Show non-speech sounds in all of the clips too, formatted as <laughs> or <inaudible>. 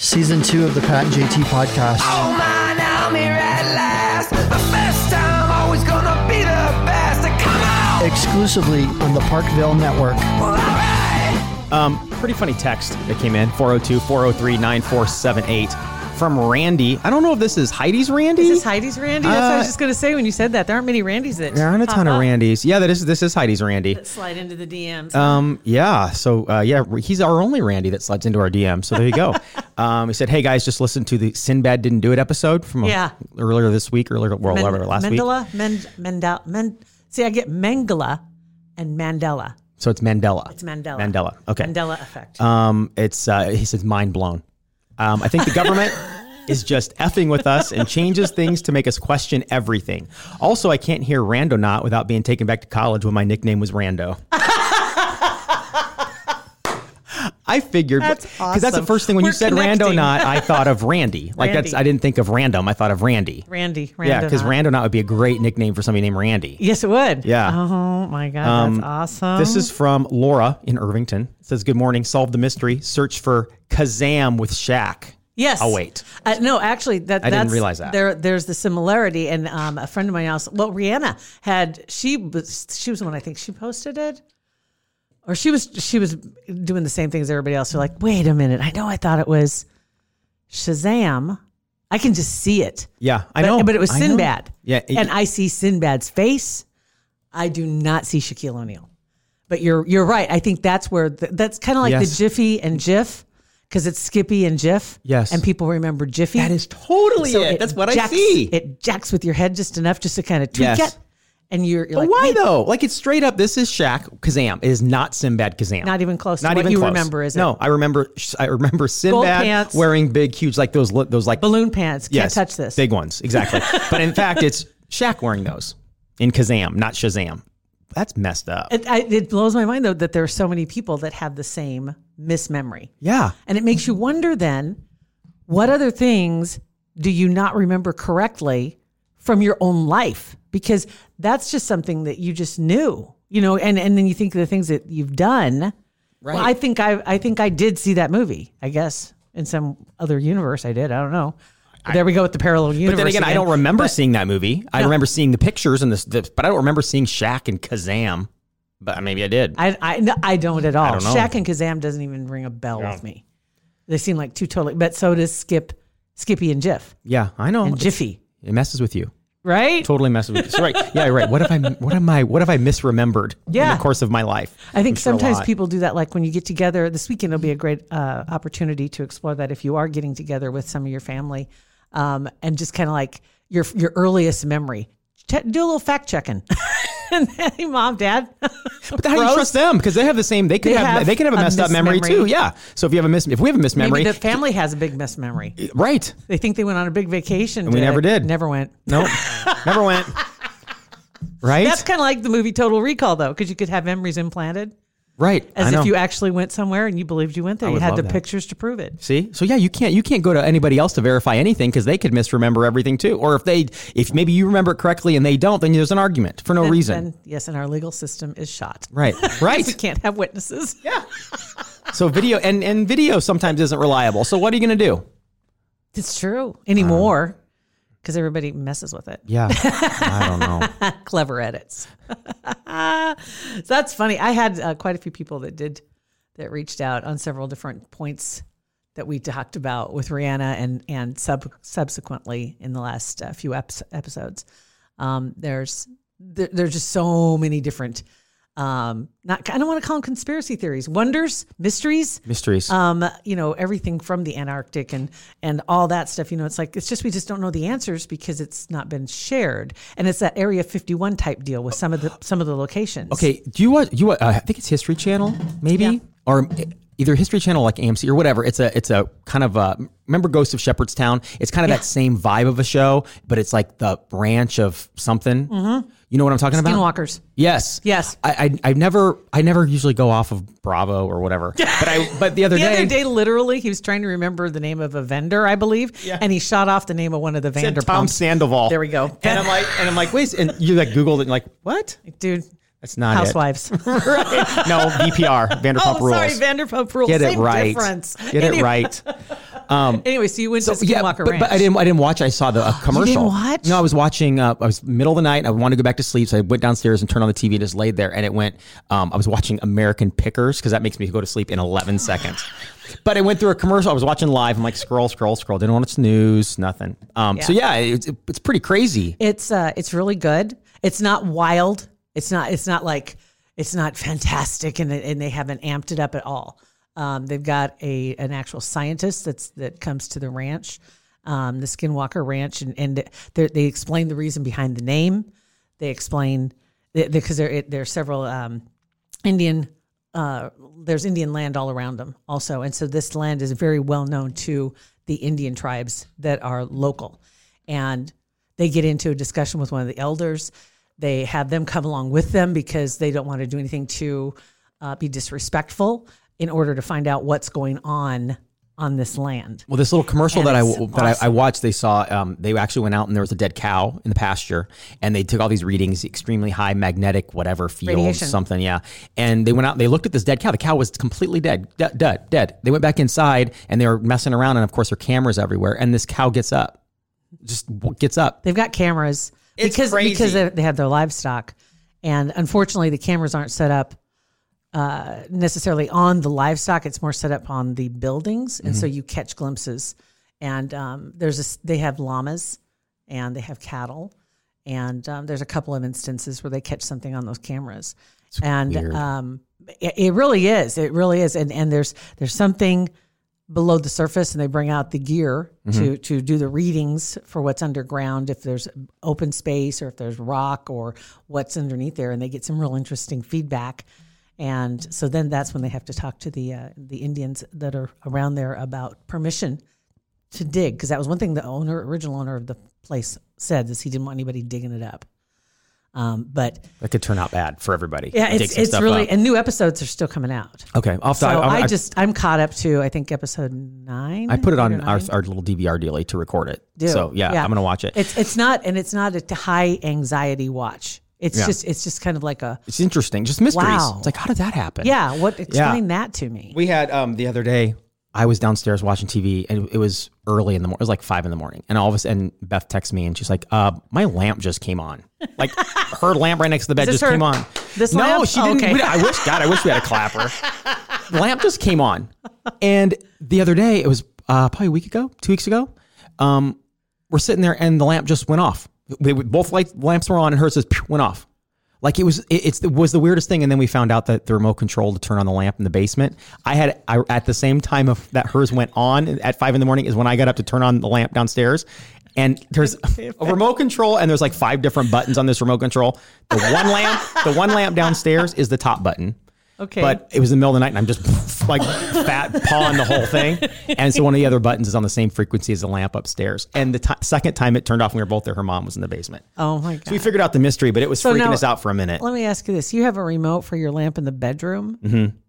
Season 2 of the Pat and JT podcast. Oh man, I'm here at last. The best time, always gonna be the best. Come on! Exclusively on the Parkville Network. Well, alright! Um, pretty funny text that came in 402 403 9478 from Randy. I don't know if this is Heidi's Randy. Is this Heidi's Randy? That's what I Uh, was just gonna say when you said that. There aren't many Randys that there aren't a ton pop of up Randys. Yeah, that is, this is Heidi's Randy. that slide into the DMs. Um, yeah. So uh, yeah, he's our only Randy that slides into our DM. So there you <laughs> go. um, he said, "Hey guys, just listen to the Sinbad didn't do it episode from uh, Yeah. earlier this week, earlier well, Men- earlier last week. Mandela, Mend, Mendel, Men. See, I get Mengele and Mandela. So it's Mandela. It's Mandela. Mandela. Okay. Mandela effect. Um, it's uh, he says mind blown. Um, I think the <laughs> government is just effing with us and changes things to make us question everything. Also, I can't hear Rando not without being taken back to college when my nickname was <laughs> Rando. I figured That's that's the awesome. first thing when you We're said Rando connecting. not, I thought of Randy. Like that's Randy. I didn't think of random. I thought of Randy. Randy. Yeah, because Randonaught. Rando not would be a great nickname for somebody named Randy. Yes, it would. Yeah. Um, Oh my God, that's awesome. This is from Laura in Irvington. It says, Good morning. Solve the mystery. Search for Kazam with Shaq. Yes. Oh, wait. Uh, no, actually, that I didn't that's, realize that. there. There's the similarity, and um, a friend of mine also. Well, Rihanna had she was she was the one I think she posted it, or she was she was doing the same things everybody else. They're like, wait a minute, I know I thought it was Shazam. I can just see it. Yeah, I but, know. but it was I know. Sinbad. Yeah, it- and I see Sinbad's face. I do not see Shaquille O'Neal. But you're you're right. I think that's where the, that's kind of like Yes. the Jiffy and Jiff because it's Skippy and Jiff. Yes. and people remember Jiffy. That is totally So it. That's what jacks- I see. It jacks with your head just enough just to kind of tweak Yes. it, and you're, you're but like, why "Wait, though? Like it's straight up. This is Shaq Kazam. It is not Sinbad Kazam. Not even close to what you remember, is it? No, I remember. I remember Sinbad pants. wearing big, huge, like those, li- those like Balloon pants can't yes, touch this. big ones, exactly. <laughs> but in fact, it's Shaq wearing those in Kazam, not Shazam. That's messed up. It, I, it blows my mind though that there are so many people that have the same mismemory. yeah, And it makes you wonder then, what other things do you not remember correctly from your own life? Because that's just something that you just knew, you know, and, and then you think of the things that you've done. Right. Well, I think I I think I did see that movie, I guess, in some other universe I did. I don't know. there we go with the parallel universe. But then again, I don't remember seeing that movie. I remember seeing the pictures and this, the, but I don't remember seeing Shaq and Kazam. But maybe I did. I, I, no, I don't at all. don't know. Shaq and Kazam doesn't even ring a bell with me. They seem like two totally, but so does Skip, Skippy and Jiff yeah, I know. and It's- Jiffy, It messes with you. right? Totally messes with you. So, right? Yeah, you're right. What if I? What am I? What have I misremembered in Yeah. the course of my life? I think I'm sure a sometimes lot. people do that. Like when you get together this weekend, it'll be a great uh, opportunity to explore that if you are getting together with some of your family, um, and just kind of like your your earliest memory. Che do a little fact checking. <laughs> and then, hey, mom, dad, <laughs> But how do you Gross. trust them? Because they have the same. They could They have, have They can have a a messed up memory mismemory. too. Yeah. So if you have a mis, if we have a mismemory, maybe the family has a big mess memory. right? They think they went on a big vacation. And we never did. Never went. No, never <laughs> went. Right. That's kind of like the movie Total Recall, though, because you could have memories implanted right. I as know. if you actually went somewhere and you believed you went there. I You would had love the that. pictures to prove it. See, so yeah, you can't you can't go to anybody else to verify anything because they could misremember everything too. Or if they if maybe you remember it correctly and they don't, then there's an argument for no reason. And yes, and our legal system is shot. <laughs> right. We Right. can't have witnesses. so video and and video sometimes isn't reliable. So what are you going to do? It's true anymore Uh-huh. because everybody messes with it. Yeah, <laughs> I don't know. <laughs> Clever edits. so that's funny. I had uh, quite a few people that did that reached out on several different points that we talked about with Rihanna and and sub subsequently in the last uh, few eps episodes. Um, there's there, there's just so many different. Um, not I don't want to call them conspiracy theories, wonders, mysteries, Mysteries. um, you know, everything from the Antarctic and and all that stuff. You know, it's like it's just we just don't know the answers because it's not been shared, and it's that Area 51 type deal with some of the some of the locations. okay, do you want you want, uh, I think it's History Channel maybe Yeah. or either History Channel, like AMC or whatever. It's a it's a kind of a remember Ghost of Shepherdstown. It's kind of that same vibe of a show, but it's like the branch of something. You know what I'm talking about? Skinwalkers. Mm-hmm. Yes. Yes. I, I I never I never usually go off of Bravo or <laughs> whatever. But I but the other, The day, other day, literally, he was trying to remember the name of a vendor, I believe, and he shot off the name of one of the I said Vanderpumps. Tom Sandoval. There we go. And I'm like and I'm like wait and you like googled it and you're like what? Dude, That's not it. <laughs> Housewives. <laughs> No, <laughs> VPR, Vanderpump oh, Rules. sorry, Vanderpump Rules. Get it Same right. difference. Get anyway, it <laughs> right. Anyway, so you went to Skinwalker but, Ranch. but I didn't. I didn't watch. I saw the uh, commercial. watch? No, I was watching. Uh, I was middle of the night. and I wanted to go back to sleep, so I went downstairs and turned on the TV and just laid there. And it went. Um, I was watching American Pickers because that makes me go to sleep in 11 seconds. But I went through a commercial. I was watching live. I'm like scroll, scroll, scroll. Didn't want to snooze. Nothing. Um, So yeah, it's, it's pretty crazy. It's uh, it's really good. It's not wild. It's not. It's not like it's not <laughs> fantastic, and it- and they haven't amped it up at all. Um, they've got a an actual scientist that's that comes to the ranch, um, the Skinwalker Ranch, and and they they explain the reason behind the name. They explain because there it- there are several um, Indian. Uh, there's Indian land all around them, also, and so this land is very well known to the Indian tribes that are local, and they get into a discussion with one of the elders. They have them come along with them because they don't want to do anything to uh, be disrespectful in order to find out what's going on on this land. Well, this little commercial And that I it's that I, I watched, they saw um, they actually went out and there was a dead cow in the pasture, and they took all these readings, extremely high magnetic whatever field Radiation. something, yeah. And they went out, and they looked at this dead cow. The cow was completely dead, dead, dead, dead. They went back inside and they were messing around, and of course, there are cameras everywhere. And this cow gets up, just w- gets up. They've got cameras It's because crazy. because they- they have their livestock, and unfortunately, the cameras aren't set up uh, necessarily on the livestock. It's more set up on the buildings, and Mm-hmm. so you catch glimpses. And um, there's a, s- they have llamas, and they have cattle, and um, there's a couple of instances where they catch something on those cameras, and weird. um, it, it really is, it really is, and and there's there's something below the surface and they bring out the gear Mm-hmm. to to do the readings for what's underground if there's open space or if there's rock or what's underneath there and they get some real interesting feedback and so then that's when they have to talk to the uh, the Indians that are around there about permission to dig because that was one thing the owner original owner of the place said is he didn't want anybody digging it up um, but That could turn out bad for everybody. yeah Dig it's some it's stuff really up. and new episodes are still coming out okay. I'll have to- so I'll- I, I'll- just I'm caught up to I think episode nine. I put it eight on or our, nine. our little DVR delay to record it. Do. So yeah, I'm gonna watch it. It's it's not and it's not a t- high anxiety watch. It's Yeah. just it's just kind of like a It's interesting, just mysteries. Wow. It's like how did that happen? yeah. What explain that to me? We had um, the other day. I was downstairs watching TV, and it was early in the morning. It was like five in the morning, and all of a sudden, Beth texts me, and she's like, uh, "My lamp just came on. <laughs> Like her lamp right next to the bed this just her- came on. this no, lamp? she Oh, didn't. okay. we- I wish God, I wish we had a <laughs> clapper. the lamp just came on, and the other day, it was uh, probably a week ago, two weeks ago. Um, we're sitting there, and the lamp just went off. They were- both light lamps were on, and hers just "Pew," went off. Like it was, it, it's it was the weirdest thing. And then we found out that the remote control to turn on the lamp in the basement. I had I, at the same time of that hers went on at five in the morning is when I got up to turn on the lamp downstairs. And <laughs> there's a remote control, and there's like five different buttons on this remote control. The one lamp, the one lamp downstairs is the top button. Okay, But it was in the middle of the night, and I'm just <laughs> like fat pawing the whole thing. And so one of the other buttons is on the same frequency as the lamp upstairs. And the ti second time it turned off, when we were both there. Her mom was in the basement. oh my god. So we figured out the mystery, but it was freaking now- us out for a minute. Let me ask you this: You have a remote for your lamp in the bedroom,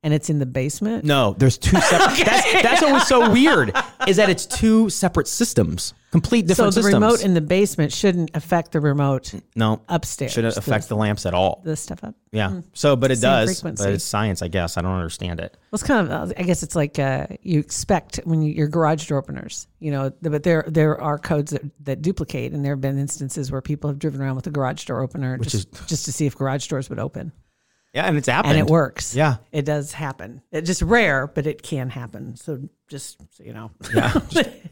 and it's in the basement. Mm-hmm. No, there's two <laughs> separate. that's, that's what was so weird is that it's two separate systems, complete so different the systems. remote in the basement shouldn't affect the remote no upstairs. shouldn't The- affect the lamps at all. the stuff up. yeah. So, but it Same does. frequency. But it's science, I guess. I don't understand it. Well, it's kind of. I guess it's like uh, you expect when you, your garage door openers, you know. th- But there there are codes that, that duplicate, and there have been instances where people have driven around with a garage door opener just, just to see if garage doors would open, Yeah, and it's happened. and it works. Yeah. it does happen. It's just rare, but it can happen. So just so you know, <laughs> yeah,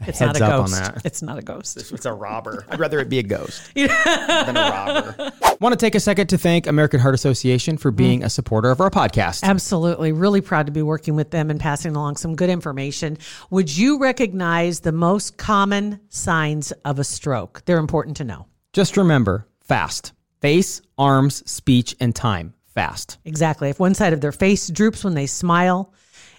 it's not heads a up on ghost. that. It's not a ghost. It's a robber. I'd rather it be a <laughs> ghost than a robber. Want to take a second to thank American Heart Association Mm-hmm. for being a supporter of our podcast. Absolutely. Really proud to be working with them and passing along some good information. Would you recognize the most common signs of a stroke? They're important to know. Just remember fast. Face, arms, speech, and time. Fast. Exactly. If one side of their face droops when they smile,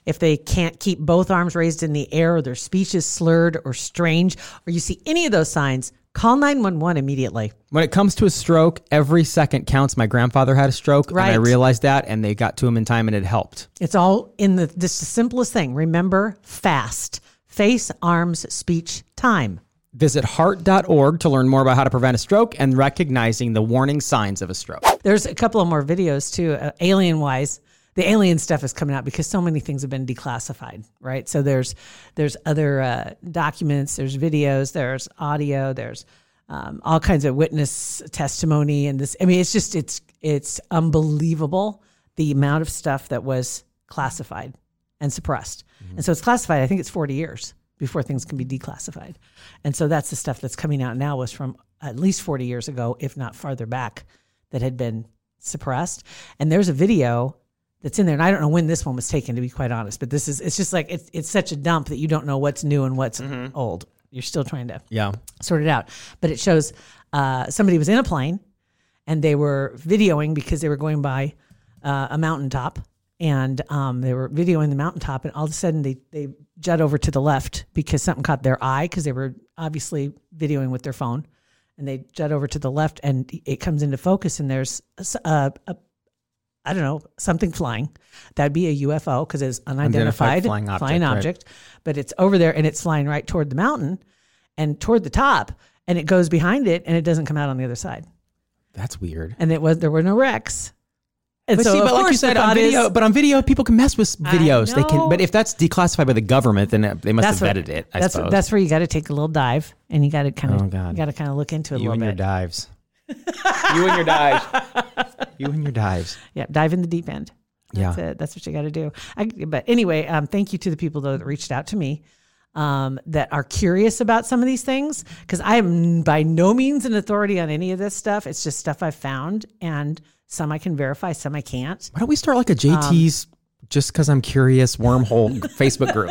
if they can't keep both arms raised in the air or their speech is slurred or strange, or you see any of those signs, call 911 immediately. When it comes to a stroke, every second counts. My grandfather had a stroke, and I Right. realized that, and they got to him in time, and it helped. It's all in the just the simplest thing. Remember fast. Face, arms, speech, time. Visit heart.org to learn more about how to prevent a stroke and recognizing the warning signs of a stroke. There's a couple of more videos too, uh, alien wise. The alien stuff is coming out because so many things have been declassified, right? So there's there's other uh, documents, there's videos, there's audio, there's um, all kinds of witness testimony, and this. I mean, it's just it's it's unbelievable the amount of stuff that was classified and suppressed, and so it's classified. I think it's 40 years before things can be declassified, and so that's the stuff that's coming out now was from at least 40 years ago, if not farther back that had been suppressed. And there's a video that's in there, and I don't know when this one was taken, to be quite honest. But this is it's just like it's it's such a dump that you don't know what's new and what's old. You're still trying to Yeah. sort it out. But it shows uh, somebody was in a plane and they were videoing because they were going by uh, a mountaintop and um, they were videoing the mountaintop and all of a sudden they, they jut over to the left because something caught their eye because they were obviously videoing with their phone and they jut over to the left and it comes into focus and there's a s- a- a- I don't know, something flying. That'd be a UFO because it's Unidentified unidentified, flying object, right. object. But it's over there and it's flying right toward the mountain and toward the top and it goes behind it and it doesn't come out on the other side. That's weird. And it was there were no wrecks. And But so see, of but like you course the said, on thought is- video, but on video, people can mess with videos. They know. can, but if that's declassified by the government, then it- they must that's have what- vetted it. I that's suppose. that's where you got to take a little dive and you got to kind Oh, of God. you got to kind of look into it you a and little your bit. <laughs> dives. you and your dives. You and your dives. yeah, dive in the deep end. That's Yeah. it. That's what you got to do. I, but anyway, um, thank you to the people though that reached out to me um, that are curious about some of these things because I am by no means an authority on any of this stuff. It's just stuff I've found and some I can verify, some I can't. Why don't we start like a JT's Um, just because I'm curious wormhole <laughs> Facebook group?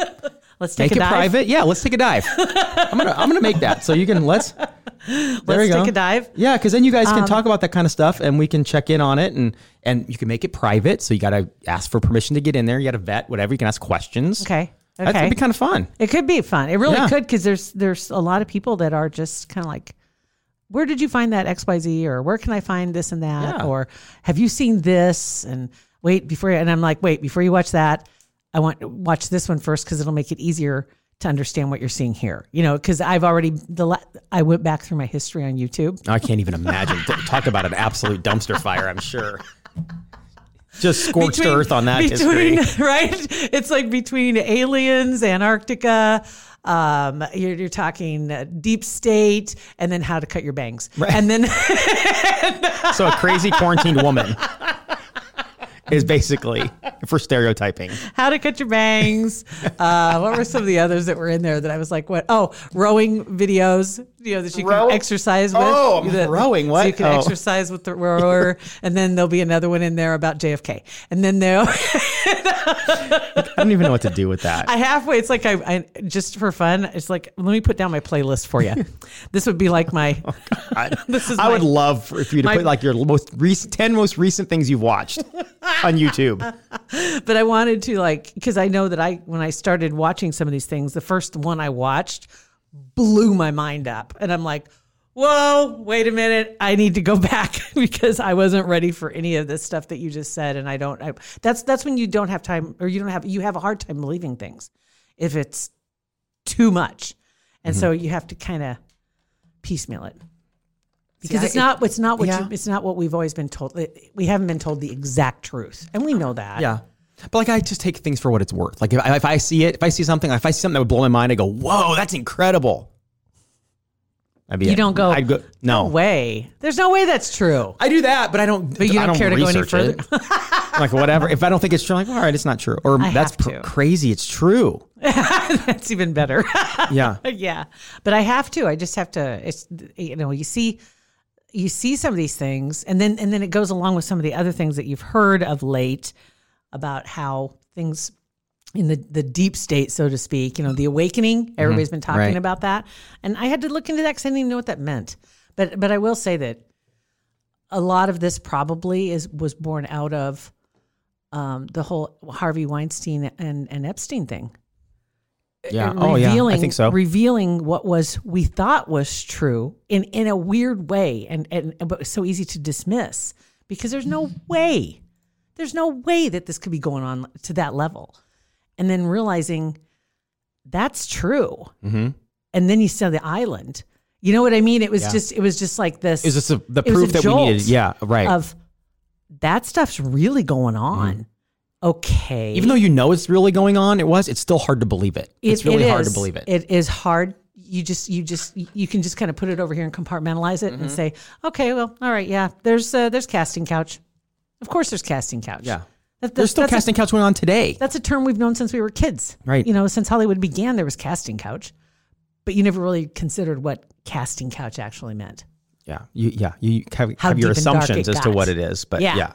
Let's take Make a it dive. private. Yeah, let's take a <laughs> dive. I'm gonna I'm gonna make that so you can let's. there Let's you go. take a dive. Um, Yeah, because then you guys can talk about that kind of stuff, and we can check in on it, and and you can make it private. So you got to ask for permission to get in there. You got to vet whatever. You can ask questions. Okay. That- Okay. that'd be kind of fun. It could be fun. It really Yeah. could because there's there's a lot of people that are just kind of like, where did you find that X Y Z or where can I find this and that Yeah. or have you seen this and wait before you, and I'm like wait before you watch that I want watch this one first because it'll make it easier to understand what you're seeing here you know because I've already the la- I went back through my history on YouTube I can't even imagine. T- Talk about an absolute dumpster fire. I'm sure. Just scorched Between- earth on that between, <laughs> history. right? It's like between aliens, Antarctica. Um, you're, you're talking uh, deep state, and then how to cut your bangs, and then <laughs> <laughs> So a crazy quarantined woman is basically for stereotyping. how to cut your <laughs> bangs. Uh, what were some of the others that were in there that I was like, what? Oh, rowing videos, you know, that you Row- can exercise with. Oh, I'm That- rowing, so what? you can Oh. exercise with <laughs> the rower, and then there'll be another one in there about JFK, and then there. <laughs> I don't even know what to do with that. I halfway. It's like I, I just for fun. It's like let me put down my playlist for you. this would be like my. God. <laughs> This is I would my- love for if you to my- put like your most recent ten most recent things you've <laughs> watched on YouTube. But I wanted to like because I know that I when I started watching some of these things, the first one I watched blew my mind up, and I'm like, whoa, wait a minute, I need to go <laughs> back because I wasn't ready for any of this stuff that you just said, and I don't. I, that's that's when you don't have time, or you don't have you have a hard time believing things if it's too much, and so Mm-hmm. you have to kind of piecemeal it. Because I- it's not it's not what Yeah. you, it's not what we've always been told. We haven't been told the exact truth, and we know that. Yeah. But like I just take things for what it's worth. Like if I, if I see it, if I see something, if I see something that would blow my mind, I go, "Whoa, that's incredible." That'd be You it. don't go, I'd go no. way. There's no way that's true. <laughs> I do that, but I don't. But you don't care to go any further? <laughs> like whatever. If I don't think it's true, I'm like all right, it's not true, or I that's have pr- to. crazy. It's <laughs> true. that's even better. <laughs> Yeah. yeah. But I have to. I just have to it's you know, you see you see some of these things and then and then it goes along with some of the other things that you've heard of late about how things in the, the deep state, so to speak, you know, the awakening. Everybody's been talking Right. about that. And I had to look into that because I didn't even know what that meant. But but I will say that a lot of this probably is was born out of um, the whole Harvey Weinstein and, and Epstein thing. Yeah. and Oh, yeah. I think so. Revealing what was we thought was true in in a weird way, and and but it's so easy to dismiss because there's no way, there's no way that this could be going on to that level, and then realizing that's true, Mm-hmm. and then you saw the island. You know what I mean? It was just it was just like this. Is this the, the it was proof a that we jolt needed? Yeah, right. Mm-hmm. Of that stuff's really going on. Okay, Even though you know it's really going on, it was. It's still hard to believe it. it's It- really it hard to is. believe it. It is hard. You just you just you can just kind of put it over here and compartmentalize it and say, okay, well, all right, yeah. There's uh, there's casting couch. Of course, there's casting couch. Yeah. That- There's still that's a- casting couch going on today. that's a term we've known since we were kids. Right. You know, since Hollywood began, there was casting couch, but you never really considered what casting couch actually meant. Yeah, you, yeah, you have, How have your deep and dark assumptions it as to got. what it is, but Yeah. yeah,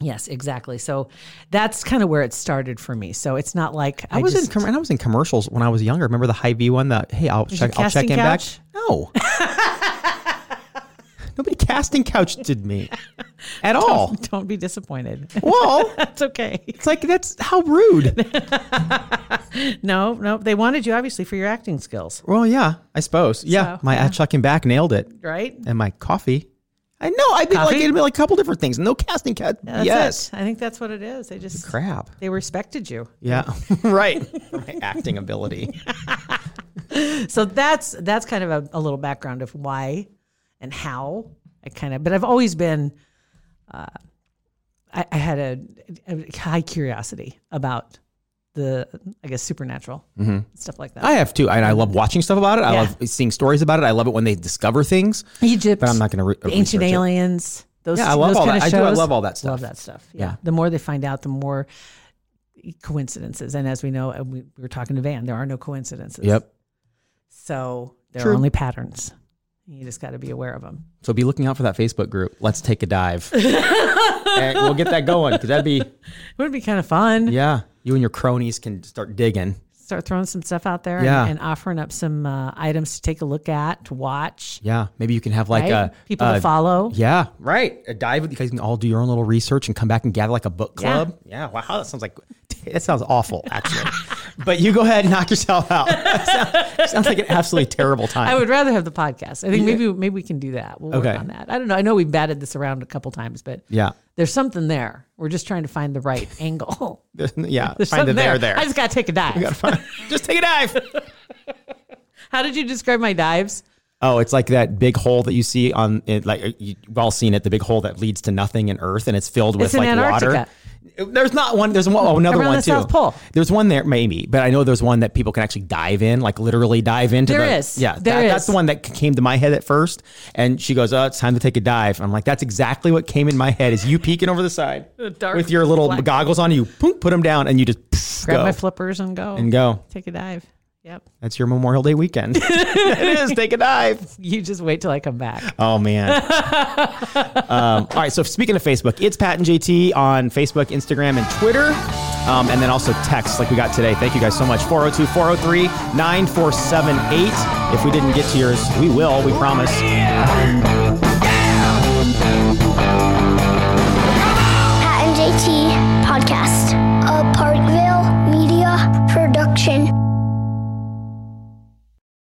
Yes, exactly. So that's kind of where it started for me. So it's not like I, was just, in com- and I was in commercials when I was younger. Remember the high V one? That hey, I'll it check. I'll check casting in couch? back. No, <laughs> nobody casting couch did me <laughs> at all. Don't be disappointed. <laughs> Well, That's okay. <laughs> it's like that's how rude. No, no, they wanted you obviously for your acting skills, Well, yeah, I suppose. Yeah, So, my yeah. chucking back nailed it, right? and my coffee. I know. I'd be like Coffee? it'd be like a couple different things. No casting couch. That's yes, it. I think that's what it is. They just crap. they respected you. Yeah, <laughs> right. For my acting ability. So that's that's kind of a, a little background of why and how I kind of. But I've always been. Uh, I, I had a, a high curiosity about the, I guess, supernatural stuff like that. Mm-hmm. I have too, and I love watching stuff about it. I Yeah. love seeing stories about it. I love it when they discover things. Egypt, But I'm not going to re- uh, the ancient research it. aliens. Those Yeah, I love those all kind that. Of I shows. do. I love all that stuff. Love that stuff. Yeah. Yeah. The more they find out, the more coincidences. And as we know, and we, we were talking to Van, there are no coincidences. Yep. So there True. are only patterns. You just got to be aware of them. So be looking out for that Facebook group. Let's take a dive. <laughs> and we'll get that going because that'd be It would be kind of fun. yeah. You and your cronies can start digging. Start throwing some stuff out there and- Yeah. and, offering up some uh, items to take a look at, to watch, Yeah, maybe you can have like right? a people a- to follow. Yeah, right. A dive. You guys can all do your own little research and come back and gather like a book Yeah. club. Yeah. Wow, that sounds like that sounds awful <laughs> actually. but you go ahead and knock yourself out. <laughs> sounds, sounds like an absolutely terrible time. I would rather have the podcast. I think maybe maybe we can do that. We'll Okay. work on that. I don't know. I know we've batted this around a couple times, but Yeah. <laughs> there's something there. We're just trying to find the right angle. yeah. There's find something it there. There. I just got <laughs> to take a dive. Just take a dive. <laughs> How did you describe my dives? Oh, it's like that big hole that you see on, it, like you've all seen it, the big hole that leads to nothing in Earth, and it's filled with in like Antarctica. water. There's not one. There's one, oh, another Around one the too. South Pole. There's one there, maybe, but I know there's one that people can actually dive in, like literally dive into. There the, is. Yeah, There that- is. That's the one that came to my head at first, and she goes, "Oh, it's time to take a dive." I'm like, "That's exactly what came in my head." Is you peeking over the <laughs> side dark with your little black- goggles on, you boom, put them down, and you just pff, Grab go my flippers and go. and go. Take a dive. Yep. That's your Memorial Day <laughs> weekend. <laughs> it is. Take a dive. You just wait till I come back. Oh man. um, all right. So speaking of Facebook, it's Pat and JT on Facebook, Instagram, and Twitter. Um, and then also text like we got today. Thank you guys so much. 402 403 9478. If we didn't get to yours, we will. We promise. Yeah.